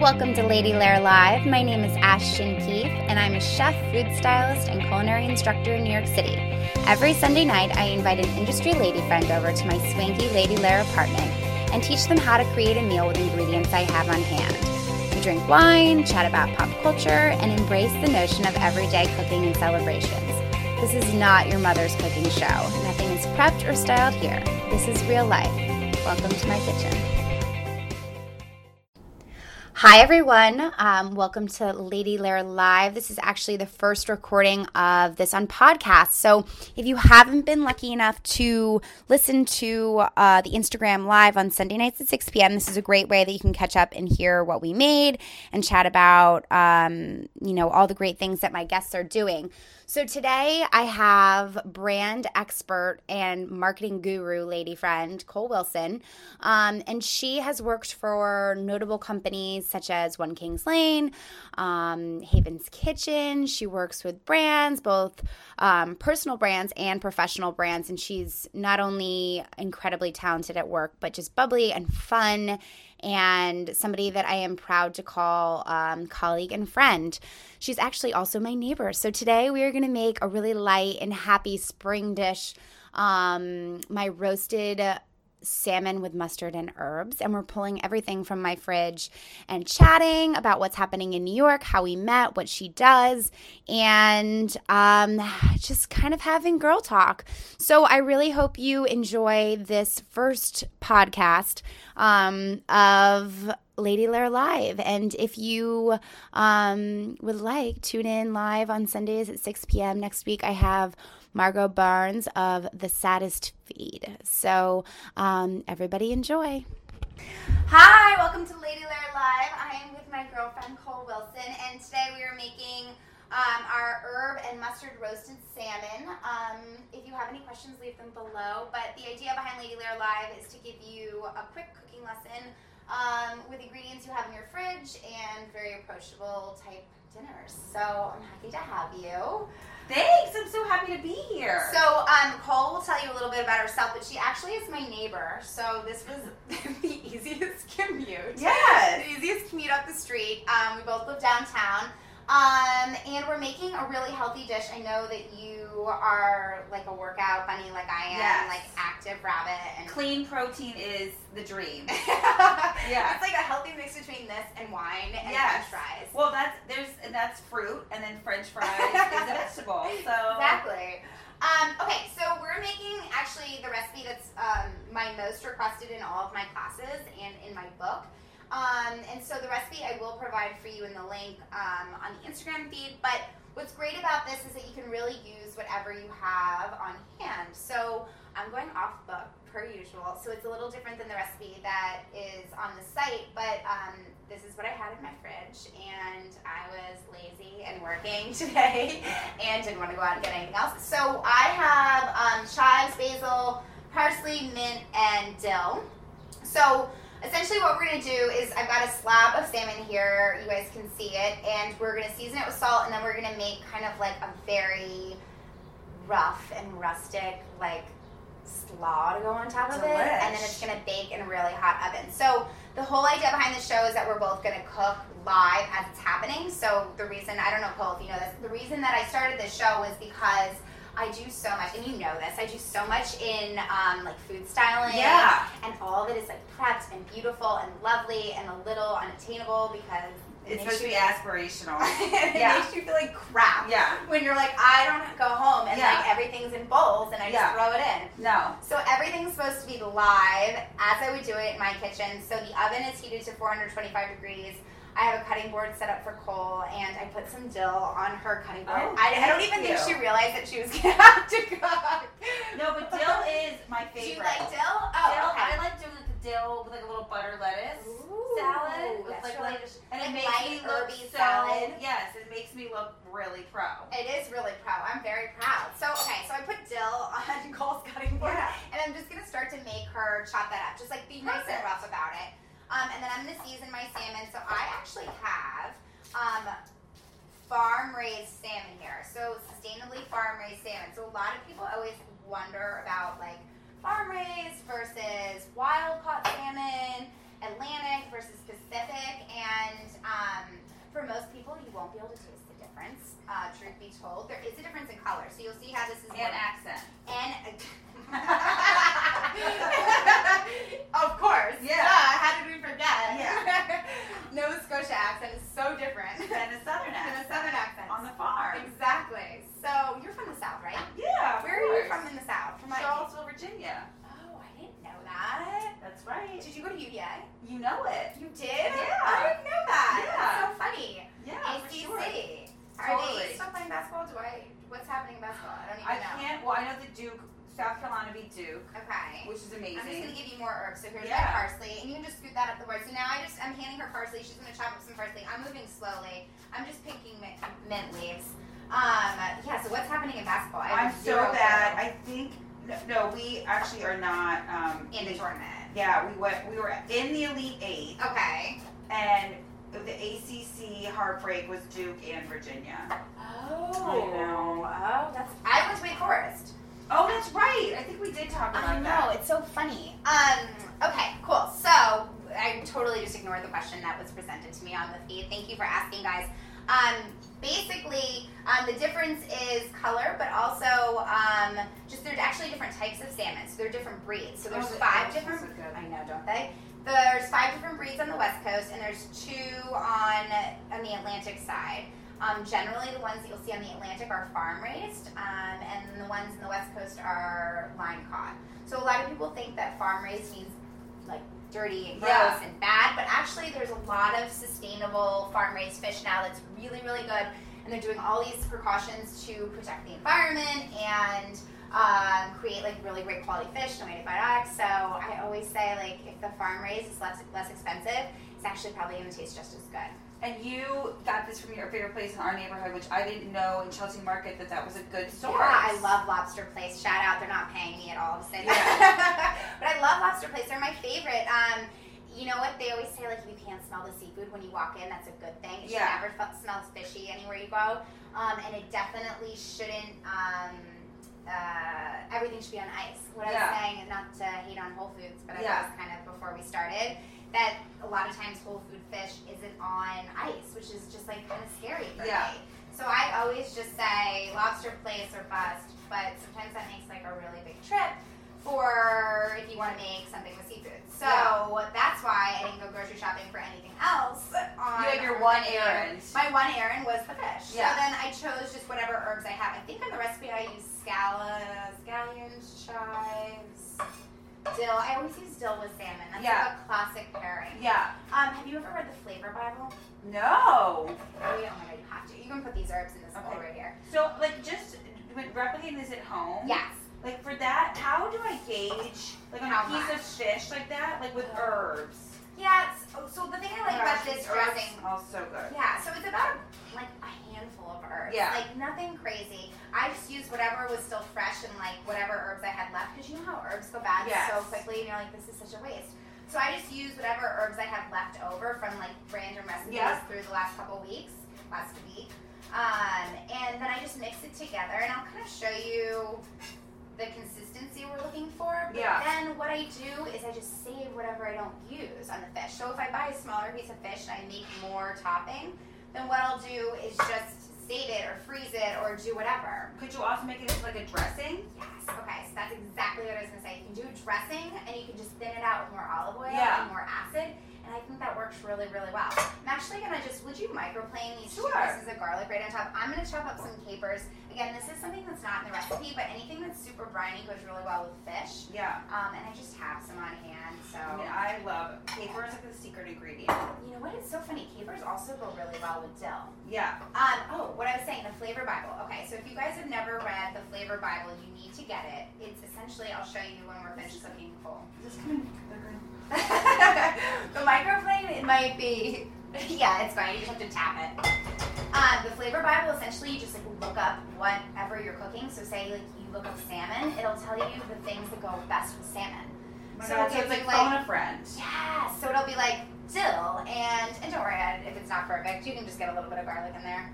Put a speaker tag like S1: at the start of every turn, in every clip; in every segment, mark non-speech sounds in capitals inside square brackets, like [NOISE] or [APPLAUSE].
S1: Welcome to Lady Lair Live. My name is Ashton Keefe, and I'm a chef, food stylist, and culinary instructor in New York City. Every Sunday night, I invite an industry lady friend over to my swanky Lady Lair apartment and teach them how to create a meal with ingredients I have on hand. We drink wine, chat about pop culture, and embrace the notion of everyday cooking and celebrations. This is not your mother's cooking show. Nothing is prepped or styled here. This is real life. Welcome to my kitchen. Hi, everyone. Um, welcome to Lady Lair Live. This is actually the first recording of this on podcast. So, if you haven't been lucky enough to listen to uh, the Instagram Live on Sunday nights at 6 p.m., this is a great way that you can catch up and hear what we made and chat about, um, you know, all the great things that my guests are doing. So, today I have brand expert and marketing guru, lady friend, Cole Wilson. Um, and she has worked for notable companies such as One King's Lane, um, Haven's Kitchen. She works with brands, both um, personal brands and professional brands. And she's not only incredibly talented at work, but just bubbly and fun and somebody that I am proud to call um, colleague and friend. She's actually also my neighbor. So today we are going to make a really light and happy spring dish. Um, my roasted salmon with mustard and herbs. And we're pulling everything from my fridge and chatting about what's happening in New York, how we met, what she does, and um, just kind of having girl talk. So I really hope you enjoy this first podcast um, of. Lady Lair Live. And if you um, would like, tune in live on Sundays at 6 p.m. Next week, I have Margot Barnes of The Saddest Feed. So um, everybody enjoy. Hi, welcome to Lady Lair Live. I am with my girlfriend Cole Wilson, and today we are making um, our herb and mustard roasted salmon. Um, if you have any questions, leave them below. But the idea behind Lady Lair Live is to give you a quick cooking lesson um, with ingredients you have in your fridge and very approachable type dinners. So I'm happy to have you.
S2: Thanks. I'm so happy to be here.
S1: So um, Cole will tell you a little bit about herself, but she actually is my neighbor. So this was [LAUGHS] the easiest commute.
S2: Yes.
S1: [LAUGHS] The easiest commute up the street. Um, we both live downtown. Um, and we're making a really healthy dish. I know that you are like a workout bunny, like I am,
S2: Yes.
S1: like active rabbit. And [LAUGHS]
S2: Clean protein is the dream.
S1: yeah.
S2: Yeah.
S1: It's like a healthy mix between this and wine and
S2: Yes.
S1: french fries.
S2: [LAUGHS] Well, that's there's and that's fruit, and then French fries is
S1: [LAUGHS]
S2: a vegetable. So
S1: Exactly. Um, okay, so we're making actually the recipe that's um, my most requested in all of my classes and in my book. Um, and so the recipe I will provide for you in the link um, on the Instagram feed. But what's great about this is that you can really use whatever you have on hand. So I'm going off book per usual. So it's a little different than the recipe that is on the site. But um, this is what I had in my fridge. And I was lazy and working [LAUGHS] today and didn't want to go out and get anything else. So I have um, chives, basil, parsley, mint, and dill. So essentially, what we're gonna do is I've got a slab of salmon here. You guys can see it, and we're gonna season it with salt, and then we're gonna make kind of like a very rough and rustic like slaw to go on top of it, and then it's
S2: Delish.
S1: gonna bake in a really hot oven. So the whole idea behind the show is that we're both gonna cook live as it's happening. So the reason I don't know Cole if you know this, the reason that I started this show was because. I do so much, and you know this. I do so much in um, like food styling,
S2: yeah,
S1: and all of it is like prepped and beautiful and lovely and a little unattainable because it makes
S2: it's supposed to
S1: you,
S2: be aspirational.
S1: [LAUGHS] it
S2: Yeah.
S1: makes you feel like crap
S2: [LAUGHS] yeah.
S1: when you're like I don't go home and
S2: Yeah.
S1: like everything's in bowls and I just
S2: Yeah.
S1: throw it in.
S2: No.
S1: So everything's supposed to be live as I would do it in my kitchen. So the oven is heated to 425 degrees. I have a cutting board set up for Cole, and I put some dill on her cutting board.
S2: Oh,
S1: I, I don't
S2: thank
S1: even think
S2: you.
S1: she realized that she was [LAUGHS] gonna have to cook.
S2: No, but dill is
S1: [LAUGHS]
S2: my
S1: Do you
S2: favorite.
S1: like dill? Oh,
S2: dill,
S1: okay.
S2: I like doing like the dill with like a little butter lettuce
S1: Ooh,
S2: salad with
S1: that's
S2: like
S1: really
S2: lemon-
S1: delicious.
S2: and
S1: Like
S2: it makes
S1: light
S2: me look
S1: herby
S2: so
S1: salad.
S2: yes, it makes me look really pro.
S1: It is really pro. I'm very proud. So okay, so I put dill [LAUGHS] on Cole's cutting board,
S2: Yeah.
S1: and I'm just gonna start to make her chop that up, just like be nice and
S2: Perfect.
S1: rough about it. Um, and then I'm gonna season my salmon. So I actually have um, farm raised salmon here. So sustainably farm raised salmon. So a lot of people always wonder about like farm raised versus wild caught salmon, Atlantic versus Pacific, and um, people, you won't be able to taste the difference. Uh, truth be told, there is a difference in color, so you'll see how this is.
S2: And
S1: more-
S2: accent.
S1: [LAUGHS] and of course,
S2: Yeah.
S1: Duh, how did we forget?
S2: Yeah.
S1: Nova Scotia accent is so different than
S2: And a southern
S1: a [LAUGHS]
S2: accent.
S1: southern accent.
S2: On the farm.
S1: Exactly. So you're from the south, right?
S2: Yeah. of
S1: Where are you
S2: course.
S1: from in the south? From like,
S2: Charlottesville, Virginia.
S1: oh, I didn't know that.
S2: That's right.
S1: Did you go to UVA?
S2: You know it.
S1: You did?
S2: Yeah.
S1: I didn't know that.
S2: Yeah.
S1: That's so funny.
S2: Yeah, for
S1: ACC.
S2: sure.
S1: Are they
S2: Totally.
S1: still playing basketball? Do I? What's happening in basketball? I don't even
S2: I
S1: know.
S2: can't. Well, I know the Duke, South Carolina beat Duke,
S1: Okay.
S2: which is
S1: I'm just
S2: amazing.
S1: gonna give you more herbs. So here's
S2: Yeah.
S1: my parsley, and you can just scoot that up the board. So now I just I'm handing her parsley. She's gonna chop up some parsley. I'm moving slowly. I'm just picking mint, mint leaves. Um, yeah. So what's happening in basketball? I
S2: I'm
S1: have
S2: so
S1: zero
S2: bad. I think no, no, we actually are not. Um,
S1: clue in the tournament.
S2: yeah, we went. We were in the Elite Eight,
S1: Okay.
S2: and the ACC heartbreak was Duke and Virginia.
S1: Oh.
S2: I know.
S1: Oh, that's. I went to Wake Forest.
S2: Oh, that's right. I think we did talk about
S1: I know,
S2: that.
S1: it's so funny. Um, okay, cool. So I totally just ignored the question that was presented to me on the feed. Thank you for asking, guys. Um, basically, um, the difference is color, but also um, just there's actually different types of salmon. So there are different breeds. So there's
S2: Oh,
S1: five
S2: the- oh,
S1: different.
S2: so good.
S1: I know, don't they? There's five different breeds on the west coast, and there's two on on the Atlantic side. Um, generally, the ones that you'll see on the Atlantic are farm raised, um, and then the ones in the west coast are line caught. So a lot of people think that farm raised means like dirty and gross
S2: Yeah.
S1: and bad, but actually there's a lot of sustainable farm raised fish now that's really really good, and they're doing all these precautions to protect the environment and um, create like really great quality fish, no antibiotics. So I always say like if the farm raised is less less expensive, it's actually probably going to taste just as good.
S2: And you got this from your favorite place in our neighborhood, which I didn't know in Chelsea Market that that was a good source.
S1: Yeah, I love Lobster Place. Shout out, they're not paying me at all to say that. [LAUGHS] but I love Lobster Place. They're my favorite. Um, you know what? They always say like if you can't smell the seafood when you walk in, that's a good thing. It
S2: Yeah.
S1: should never f- smells fishy anywhere you go. Um, and it definitely shouldn't. Um, uh, everything should be on ice. What I was
S2: Yeah.
S1: saying, and not to hate on Whole Foods, but I
S2: Yeah.
S1: was kind of before we started that a lot of times whole food fish isn't on ice, which is just like kind of scary for
S2: Yeah.
S1: me. So I always just say lobster place or bust, but sometimes that makes like a really big trip for if you want to make something with seafood. So that's why I didn't go grocery shopping for anything else. On
S2: You had your one
S1: my
S2: errand.
S1: My one errand was the fish.
S2: Yeah.
S1: So then I chose just whatever herbs I have. I think on the recipe I use scallops, scallions, chives, dill. I always use dill with salmon. That's
S2: Yeah.
S1: like a classic pairing.
S2: Yeah.
S1: Um, have you ever read the Flavor Bible?
S2: No.
S1: Oh, yeah, oh my god, you have to. You can put these herbs in this bowl
S2: Okay.
S1: right here.
S2: So, like, just when replicating this at home.
S1: Yes.
S2: Like for that, how do I gauge like on
S1: How
S2: a piece
S1: much?
S2: of fish like that, like with
S1: Oh.
S2: herbs?
S1: Yeah. it's- oh, so the thing I like about this
S2: Herbs
S1: dressing.
S2: are so good.
S1: Yeah. So it's about like a handful of herbs.
S2: Yeah.
S1: Like nothing crazy. I just used whatever was still fresh and like whatever herbs I had left because you know how herbs go bad
S2: Yes.
S1: so quickly and you're like this is such a waste. So I just used whatever herbs I had left over from like random recipes
S2: Yeah.
S1: through the last couple weeks, last week, um, and then I just mix it together and I'll kind of show you the consistency we're looking for. But
S2: Yeah.
S1: then what I do is I just save whatever I don't use on the fish. So if I buy a smaller piece of fish and I make more topping, then what I'll do is just save it or freeze it or do whatever.
S2: Could you also make it into like a dressing?
S1: Yes. Okay, so that's exactly what I was gonna say. You can do a dressing and you can just thin it out with more olive oil
S2: Yeah.
S1: and more acid. And I think that works really, really well. I'm actually gonna just would you microplane these two
S2: Sure.
S1: pieces of garlic right on top? I'm gonna chop up some capers. Again, this is something that's not in the recipe, but anything that's super briny goes really well with fish.
S2: Yeah.
S1: Um, and I just have some on hand, so
S2: I mean, I love capers like the secret ingredient.
S1: you know what? It's so funny. Capers also go really well with dill.
S2: Yeah.
S1: Um, oh, what I was saying, the Flavor Bible. Okay, so if you guys have never read the Flavor Bible, you need to get it. It's essentially, I'll show you when we're finished looking full.
S2: Just kind
S1: [LAUGHS] the microplane, it might be. [LAUGHS] Yeah, it's fine. You just have to tap it. Um, the Flavor Bible, essentially, you just like look up whatever you're cooking. So, say like you look up salmon, it'll tell you the things that go best with salmon.
S2: my
S1: So
S2: God,
S1: it's
S2: so it's like
S1: like-
S2: phone a friend.
S1: Yeah, so it'll be like dill and and don't worry about it if it's not perfect. You can just get a little bit of garlic in there.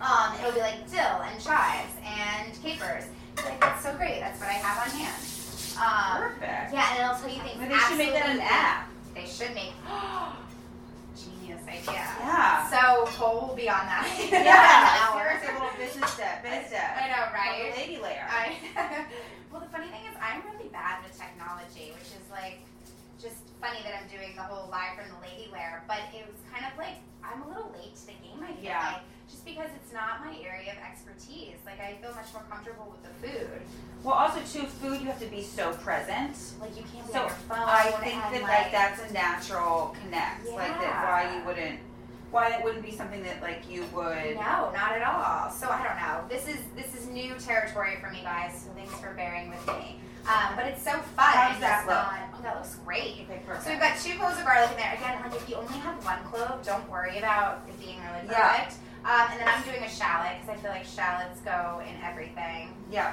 S1: Um, it'll be like dill and chives and capers. It's like that's so great. That's what I have on hand. Um,
S2: Perfect.
S1: yeah, and it'll tell you things.
S2: Maybe they should make that
S1: [GASPS]
S2: an
S1: absolutely-
S2: app.
S1: They should make genius idea.
S2: yeah.
S1: So whole beyond that. [LAUGHS]
S2: Yeah,
S1: An hour.
S2: seriously, a little business debt, biz debt.
S1: I know, right?
S2: From the lady layer.
S1: I, [LAUGHS] well, the funny thing is, I'm really bad with technology, which is like just funny that I'm doing the whole live from the lady lair. But it was kind of like I'm a little late to the game. I feel
S2: Yeah.
S1: like just because it's not my area of expertise. Like I feel much more comfortable with the food.
S2: well, also too, food you have to be so present.
S1: Like you can't be
S2: So,
S1: on your phone.
S2: I think that
S1: and,
S2: like that's a natural connect. Like that why
S1: Yeah.
S2: you wouldn't why that wouldn't be something that like you would
S1: No, not at all. So I don't know. This is this is new territory for me, guys. So thanks for bearing with me. Um, but it's so fun.
S2: How's
S1: It's just
S2: that look?
S1: not- oh, that looks great.
S2: Okay, perfect.
S1: So we've got two cloves of garlic in there. Again, like if you only have one clove, don't worry about it being really
S2: Yeah.
S1: perfect. Um, and then I'm doing a shallot because I feel like shallots go in everything.
S2: Yeah,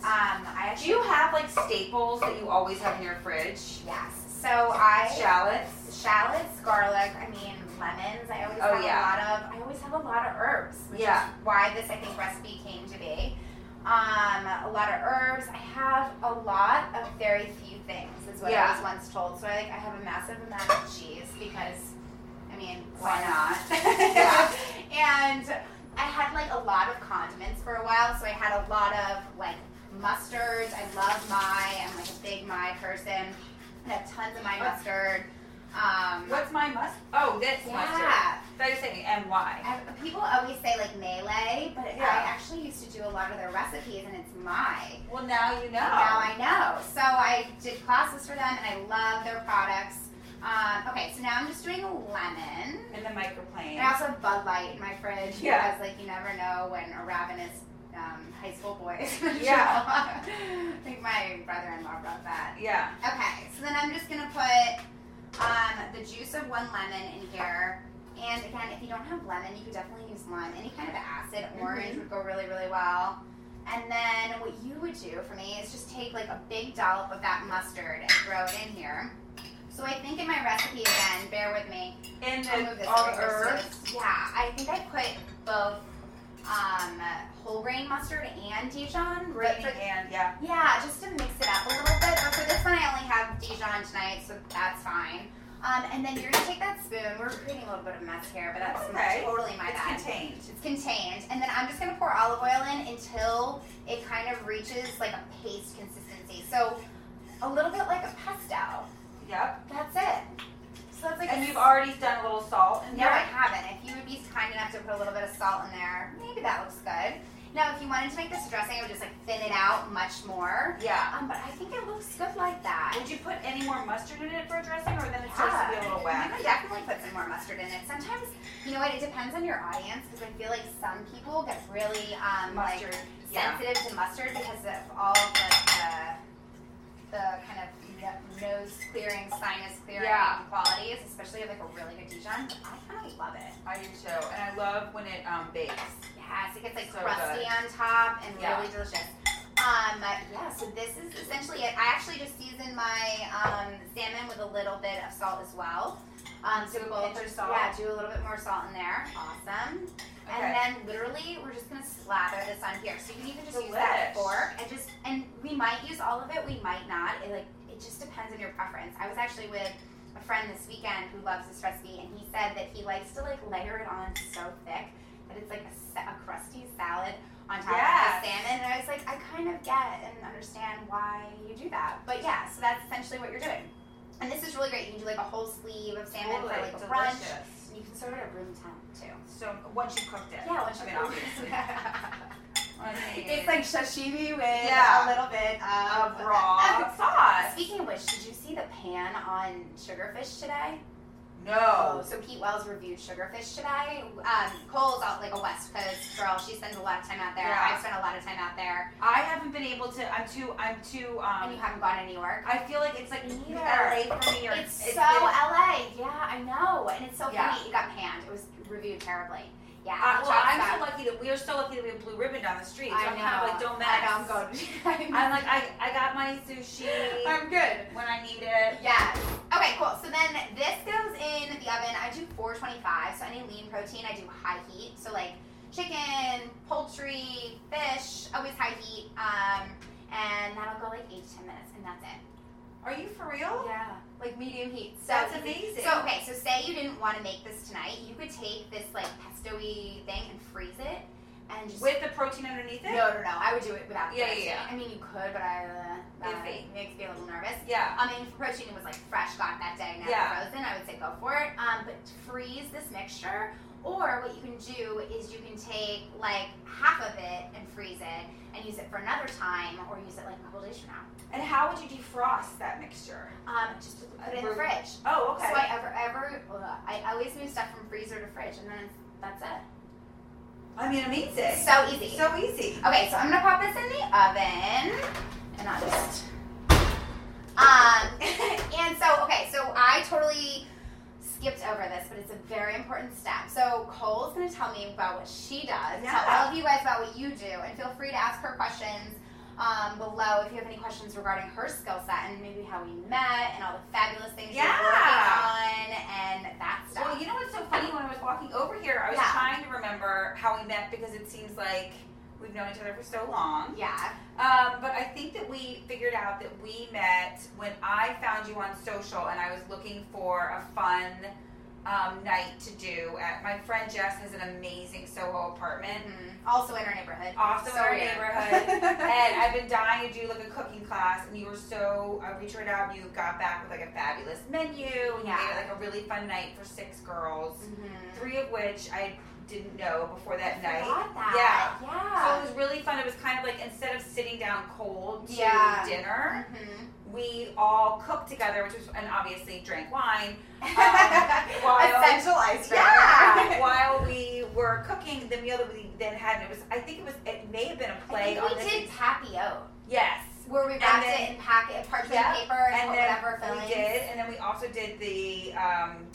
S1: Um, I
S2: Do
S1: actually,
S2: you have like staples that you always have in your fridge?
S1: yes. So I
S2: Shallots.
S1: shallots, garlic, I mean lemons. I always
S2: Oh,
S1: have a
S2: yeah.
S1: lot of I always have a lot of herbs, which
S2: Yeah.
S1: is why this I think recipe came to be. Um, a lot of herbs. I have a lot of very few things is what
S2: Yeah.
S1: I was once told. So I like I have a massive amount of cheese because I mean,
S2: Why
S1: why not? [LAUGHS]
S2: Yeah.
S1: and I had like a lot of condiments for a while, so I had a lot of like mustards. I love my, I'm like a big my person. I have tons of my
S2: What-
S1: mustard. Um,
S2: What's my must? Oh, that's mustard.
S1: yeah.
S2: So I just saying, and why?
S1: I- people always say like melee, but
S2: Yeah.
S1: I actually used to do a lot of their recipes, and it's my.
S2: Well, now you know.
S1: Now I know. So I did classes for them, and I love their products. Um, okay, so now I'm just doing a lemon.
S2: in the microplane.
S1: And I also have Bud Light in my fridge
S2: Yeah.
S1: because, like, you never know when a ravenous um, high school boy is going to
S2: Yeah.
S1: show up. [LAUGHS] I think my brother-in-law brought that.
S2: yeah.
S1: Okay, so then I'm just going to put um, the juice of one lemon in here. And again, if you don't have lemon, you could definitely use lime. Any kind of acid, orange
S2: Mhm.
S1: would go really, really well. And then what you would do for me is just take like a big dollop of that mustard and throw it in here. So I think in my recipe again, bear with me.
S2: And
S1: I'll move
S2: the,
S1: this
S2: all the
S1: way just so
S2: herbs.
S1: it's- Yeah, I think I put both um, whole grain mustard and Dijon. but
S2: Green
S1: for-
S2: and yeah.
S1: yeah, just to mix it up a little bit. But for this one, I only have Dijon tonight, so that's fine. Um, and then you're gonna take that spoon. We're creating a little bit of a mess here, but that's
S2: Okay.
S1: totally my
S2: It's
S1: bad.
S2: contained.
S1: It's contained, and then I'm just gonna pour olive oil in until it kind of reaches like a paste consistency. So a little bit like a pesto.
S2: Yep.
S1: That's it. So it's like
S2: and
S1: a
S2: you've already done a little salt in
S1: no, I
S2: there.
S1: haven't. If you would be kind enough to put a little bit of salt in there, maybe that looks good. Now, if you wanted to make this a dressing, I would just like thin it out much more.
S2: Yeah.
S1: Um, but I think it looks good like that.
S2: Would you put any more mustard in it for a dressing, or then it starts
S1: Yeah.
S2: to be a little
S1: I
S2: wet?
S1: would definitely put some more mustard in it. Sometimes, you know what? It depends on your audience because I feel like some people get really um, like
S2: Mustard. Yeah.
S1: sensitive to mustard because of all of like the, the kind of no- nose clearing, sinus clearing
S2: Yeah.
S1: qualities, especially with like a really good Dijon. I kind of love it.
S2: I do too, and I love when it um, bakes.
S1: Yes, it gets like
S2: So
S1: crusty
S2: good.
S1: on top and
S2: Yeah.
S1: really delicious. Um, yeah, so this is essentially it. I actually just seasoned my um, salmon with a little bit of salt as well. Um, so
S2: So
S1: we'll
S2: a pinch of salt.
S1: Yeah, do a little bit more salt in there. Awesome.
S2: Okay.
S1: And then literally, we're just gonna slather this on here. So you can even just use that
S2: Delish.
S1: fork and just and we might use all of it. We might not. It like it just depends on your preference. I was actually with a friend this weekend who loves this recipe, and he said that he likes to like layer it on so thick that it's like a, sa- a crusty salad on top
S2: Yes.
S1: of the salmon. And I was like, I kind of get and understand why you do that. But yeah, so that's essentially what you're doing. And this is really great. You can do like a whole sleeve of salmon
S2: Totally
S1: for like a brunch.
S2: delicious.
S1: And you can serve it at room temp too.
S2: So once you cooked it.
S1: Yeah, once
S2: I
S1: you
S2: mean,
S1: cook [LAUGHS]
S2: obviously.
S1: it.
S2: I mean,
S1: [LAUGHS] It's like sashimi with
S2: Yeah.
S1: a little bit [LAUGHS]
S2: a
S1: of
S2: raw sauce.
S1: Speaking of which, did you see the pan on Sugarfish today?
S2: No.
S1: So Pete Wells reviewed Sugarfish today. Um, Cole's out like a West Coast girl. She spends a lot of time out there.
S2: Yeah.
S1: I've spent a lot of time out there.
S2: I haven't been able to. I'm too. I'm too.
S1: And you
S2: Um.
S1: haven't gone to New York.
S2: I feel like it's like
S1: Me
S2: LA for me. Or
S1: It's, so LA. Yeah, I know. And it's so
S2: Yeah.
S1: funny. It got panned. It was reviewed terribly. Yeah.
S2: Uh, well,
S1: check
S2: I'm
S1: that.
S2: so lucky that we are so lucky that we have blue ribbon down the street. So
S1: I
S2: I'm kind of like
S1: know.
S2: don't mess.
S1: [LAUGHS] I don't go to.
S2: I'm like I, I got my sushi
S1: [LAUGHS] I'm good.
S2: when I need it.
S1: Yes. Okay, cool. So then this goes in the oven. I do 425. So any lean protein, I do high heat. So like chicken, poultry, fish, always high heat. Um, and that'll go like eight to ten minutes, and that's it.
S2: Are you for real?
S1: Yeah. like medium heat. So
S2: That's
S1: you-
S2: amazing.
S1: So okay, so say you didn't want to make this tonight, you could take this like pesto-y thing and freeze it, and just
S2: With the protein underneath it?
S1: no, no, no. I would do it without. the
S2: Yeah,
S1: protein.
S2: yeah,
S1: I mean, you could, but I uh, that
S2: Iffy.
S1: makes me a little nervous.
S2: Yeah.
S1: I mean, if protein was like fresh got that day, now
S2: Yeah.
S1: frozen, I would say go for it. Um, but freeze this mixture, or what you can do is you can take like half of it and freeze it and use it for another time, or use it like a whole dish from now.
S2: And how would you defrost that mixture?
S1: Um, just put it in the fridge.
S2: Oh, okay.
S1: So I ever ever ugh, I always move stuff from freezer to fridge, and then it's, that's it.
S2: I mean, amazing.
S1: So easy.
S2: So easy.
S1: Okay, so I'm gonna pop this in the oven, and I'll just um, [LAUGHS] and so okay, so I totally skipped over this, but it's a very important step. So Cole's gonna tell me about what she does.
S2: Yeah.
S1: Tell all of you guys about what you do, and feel free to ask her questions. Um, below if you have any questions regarding her skill set and maybe how we met and all the fabulous things
S2: Yeah.
S1: she's working on and that stuff.
S2: Well, you know what's so funny? When I was walking over here, I was
S1: Yeah.
S2: trying to remember how we met because it seems like we've known each other for so long.
S1: yeah.
S2: Um, but I think that we figured out that we met when I found you on social and I was looking for a fun um, night to do at my friend Jess has an amazing Soho apartment.
S1: Mhm. Also in our neighborhood.
S2: Also in
S1: So
S2: our
S1: weird. [LAUGHS]
S2: neighborhood. and I've been dying to do like a cooking class, and you were so I reached out. You got back with like a fabulous menu, and you made
S1: Yeah.
S2: it like a really fun night for six girls,
S1: Mhm.
S2: three of which I didn't know before that
S1: I
S2: night.
S1: forgot that.
S2: So
S1: Yeah.
S2: it was really fun. It was kind of like instead of sitting down cold to
S1: Yeah.
S2: dinner,
S1: Mhm.
S2: we all cooked together, which was and obviously drank wine. Um, [LAUGHS] while-
S1: Mm-hmm. Essential icebreaker. [LAUGHS]
S2: Yeah, while we were cooking the meal that we then had, and it was I think it was it may have been a
S1: I
S2: play
S1: think
S2: on
S1: we
S2: this.
S1: did papio,
S2: Yes.
S1: where we wrapped
S2: then-
S1: it in packet parchment
S2: Yeah,
S1: paper and,
S2: And
S1: put
S2: then
S1: whatever filling.
S2: we did, and then we also did the um,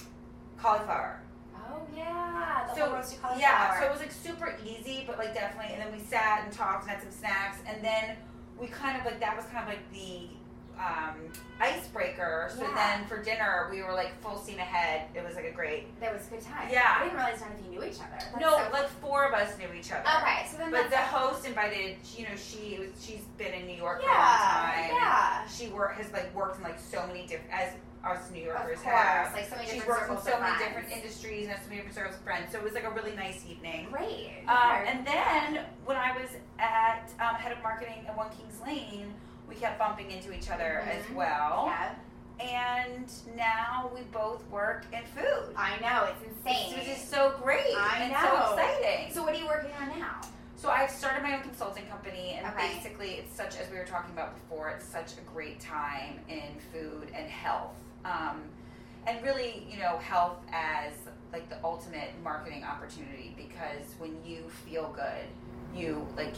S2: cauliflower.
S1: Oh yeah, the
S2: So,
S1: whole roasted cauliflower.
S2: Yeah, so it was like super easy, but like definitely. And then we sat and talked and had some snacks, and then we kind of like that was kind of like the um, icebreaker. So
S1: Yeah.
S2: then for dinner, we were like full steam ahead. It was like a great.
S1: that was a good time.
S2: Yeah.
S1: I didn't realize none of you knew each other. That's
S2: no,
S1: so-
S2: like four of us knew each other.
S1: okay, so then
S2: But the
S1: that's
S2: host invited, you know, she was, she's been in New York for a long
S1: yeah,
S2: time.
S1: yeah.
S2: She work has like worked in like so many different as us New
S1: Of
S2: Yorkers
S1: course,
S2: have.
S1: like so many
S2: She's
S1: different
S2: worked in
S1: circles
S2: so
S1: of
S2: many
S1: friends.
S2: different industries and has so many different circles of friends. So it was like a really nice evening.
S1: Great.
S2: Um, and then when I was at um, head of marketing at One Kings Lane, we kept bumping into each other
S1: Mhm.
S2: as well.
S1: yeah,
S2: And now we both work in food,
S1: I know it's insane.
S2: which is so great
S1: I
S2: and
S1: know.
S2: so exciting.
S1: so what are you working on now?
S2: So I've started my own consulting company, and
S1: Okay.
S2: basically, it's such as we were talking about before. It's such a great time in food and health, um, and really, you know, health as like the ultimate marketing opportunity because when you feel good, you like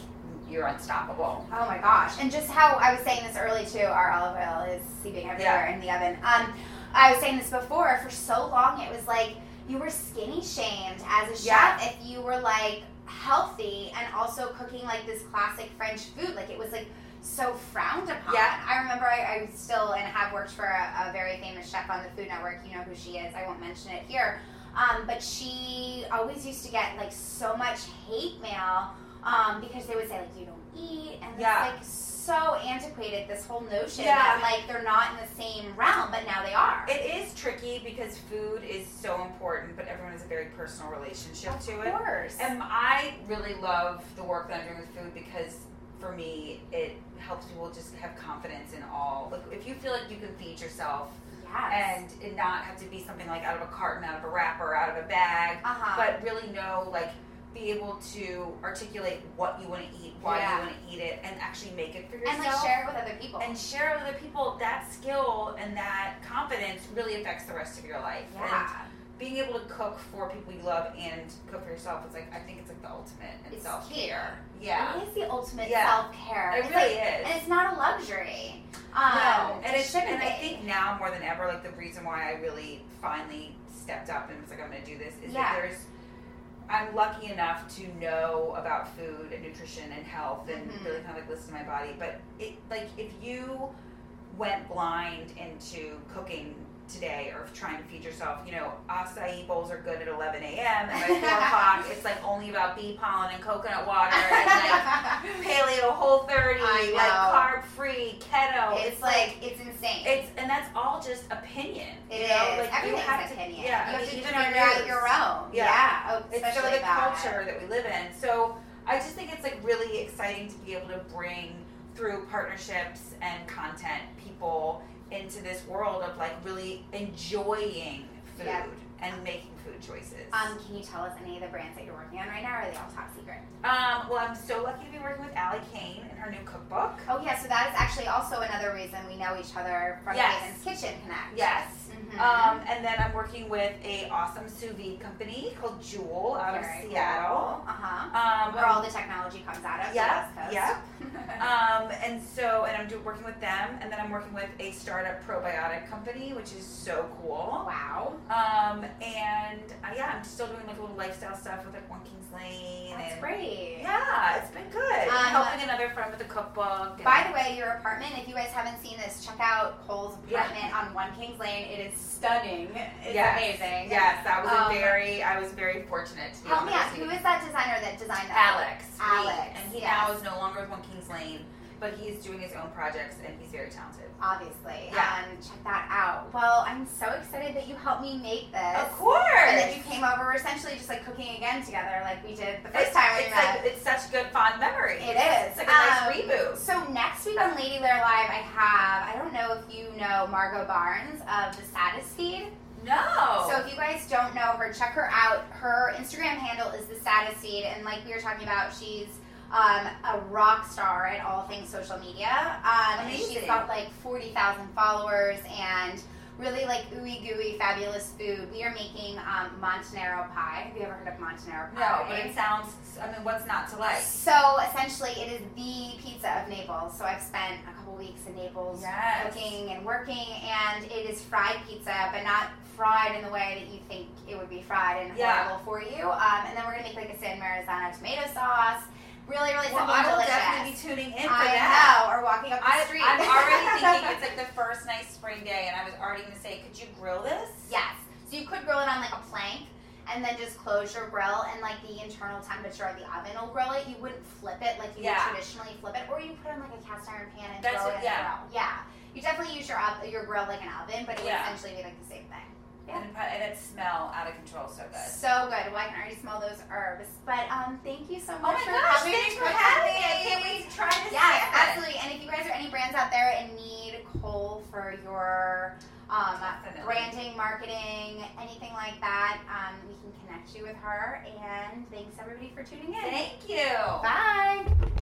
S2: you're unstoppable.
S1: Oh my gosh. And just how I was saying this early too, our olive oil is seeping everywhere in the oven. Um, I was saying this before, for so long it was like you were skinny shamed as a chef
S2: Yeah.
S1: if you were like healthy and also cooking like this classic French food. Like it was like so frowned upon.
S2: Yeah.
S1: I remember I, I still and have worked for a, a very famous chef on the Food Network. You know who she is. I won't mention it here. Um, but she always used to get like so much hate mail um, because they would say like you don't eat and it's
S2: Yeah.
S1: like so antiquated this whole notion
S2: Yeah.
S1: that like they're not in the same realm, but now they are.
S2: It is tricky because food is so important, but everyone has a very personal relationship
S1: of
S2: to it.
S1: course.
S2: And I really love the work that I'm doing with food because for me, it helps people just have confidence in all. Like, if you feel like you can feed yourself
S1: yes.
S2: and, and not have to be something like out of a carton, out of a wrapper, out of a bag,
S1: uh huh.
S2: but really know, like, be able to articulate what you want to eat, why
S1: Yeah.
S2: you want to eat it, and actually make it for yourself.
S1: and like share it with other people.
S2: And share with other people that skill and that confidence really affects the rest of your life. And
S1: yeah.
S2: being able to cook for people you love and cook for yourself is like I think it's like the ultimate in
S1: It's
S2: self care.
S1: It
S2: Yeah,
S1: is the ultimate
S2: Yeah.
S1: self care.
S2: it
S1: it's like,
S2: really
S1: and
S2: is.
S1: it's not a luxury. Um,
S2: no, and
S1: it
S2: it's
S1: shouldn't
S2: and I
S1: be.
S2: think now more than ever, like the reason why I really finally stepped up and was like I'm going to do this is
S1: Yeah.
S2: that there's. I'm lucky enough to know about food and nutrition and health and
S1: Mhm.
S2: really kind of like listen to my body. But it like if you went blind into cooking today or trying to feed yourself. You know, acai bowls are good at 11 a.m. and by 4 o'clock, it's like only about bee pollen and coconut water
S1: [LAUGHS]
S2: and like [LAUGHS] paleo, whole 30,
S1: I
S2: like
S1: know.
S2: carb free, keto.
S1: it's like it's insane.
S2: it's and that's all just opinion.
S1: It
S2: you
S1: is.
S2: know? Like
S1: Everything's
S2: you have
S1: opinion.
S2: To, yeah,
S1: you
S2: I
S1: have to
S2: mean,
S1: figure
S2: even our
S1: out
S2: news.
S1: your own.
S2: Yeah.
S1: Yeah. Oh,
S2: It's sort
S1: especially
S2: of the
S1: about-
S2: culture that we live in. So I just think it's like really exciting to be able to bring through partnerships and content people into this world of like really enjoying food
S1: Yeah.
S2: and making food choices.
S1: Um, can you tell us any of the brands that you're working on right now? Or are they all top secret?
S2: Um, well, I'm so lucky to be working with Allie Kane and her new cookbook.
S1: Oh yeah. So that is actually also another reason we know each other from
S2: Yes.
S1: David's Kitchen Connect.
S2: Yes.
S1: Mhm.
S2: Um, and then I'm working with a awesome sous vide company called Jewel out
S1: Very
S2: of Seattle.
S1: Cool. Uh huh.
S2: Um,
S1: Where all the technology comes out of. the
S2: Yeah,
S1: West Coast. [LAUGHS]
S2: yeah. Um, and so, and I'm do, working with them, and then I'm working with a startup probiotic company, which is so cool.
S1: wow.
S2: Um, and uh, yeah, I'm still doing like little lifestyle stuff with like One Kings Lane.
S1: That's
S2: and,
S1: great.
S2: Yeah, it's been good.
S1: Um,
S2: Helping another friend with a cookbook. and-
S1: By the way, your apartment, if you guys haven't seen this, check out Cole's
S2: Yeah.
S1: apartment on One Kings Lane. It is stunning. It's
S2: yes,
S1: amazing.
S2: Yes, that was
S1: Um,
S2: a very. I was very fortunate to be
S1: Help
S2: able
S1: me
S2: to
S1: out.
S2: see
S1: Who is that designer that designed that?
S2: Alex.
S1: Alex,
S2: and he
S1: yes.
S2: now is no longer with One Kings Lane, but he's doing his own projects, and he's very talented.
S1: Obviously.
S2: Yeah.
S1: Um, check that out. Well, I'm so excited that you helped me make this.
S2: Of course.
S1: And that you came over. We're essentially just like cooking again together, like we did the first
S2: it's,
S1: time we
S2: it's
S1: met.
S2: Like, it's such good fond memories.
S1: It is.
S2: It's like a nice
S1: Um,
S2: reboot.
S1: So next week on Lady Lair Live, I have I don't know if you know Margot Barnes of the Saddest Feed.
S2: No.
S1: So if you guys don't know her, check her out. Her Instagram handle is the Saddest Feed, and like we were talking about, she's um, a rock star at all things social media. Um, and she's
S2: Amazing.
S1: got like forty thousand followers and. Really like ooey gooey fabulous food. We are making um, Montanero pie. Have you ever heard of Montanero pie?
S2: no, but it sounds. I mean, what's not to like?
S1: So essentially, it is the pizza of Naples. So I've spent a couple weeks in Naples
S2: Yes.
S1: cooking and working, and it is fried pizza, but not fried in the way that you think it would be fried and
S2: Yeah.
S1: horrible for you. Um, and then we're gonna make like a San Marzano tomato sauce. Really, really
S2: Well,
S1: something
S2: I will
S1: delicious.
S2: definitely be tuning in for
S1: I
S2: that.
S1: know, or walking up the
S2: I,
S1: street.
S2: I'm already
S1: [LAUGHS]
S2: thinking it's like the first nice spring day, and I was already going to say, could you grill this?
S1: Yes. So you could grill it on like a plank and then just close your grill and like the internal temperature of the oven will grill it. You wouldn't flip it like you
S2: Yeah.
S1: would traditionally flip it, or you put it in like a cast iron pan and
S2: That's
S1: throw it
S2: it,
S1: in
S2: yeah.
S1: the grill. Yeah. You definitely use your ov- your grill like an oven, but it would
S2: Yeah.
S1: essentially be like the same thing. Yeah.
S2: And, it, and it smell out of control so good.
S1: So good. Well, I can already smell those herbs. But um, thank you so
S2: Oh
S1: much
S2: my
S1: for
S2: gosh,
S1: coming.
S2: thanks
S1: and
S2: for
S1: cooking
S2: having me.
S1: with
S2: I can't wait to try this
S1: Yes,
S2: salmon.
S1: absolutely. And if you guys are any brands out there and need Cole for your um,
S2: Definitely.
S1: branding, marketing, anything like that, um, we can connect you with her. And thanks everybody for tuning in.
S2: Thank you.
S1: Bye.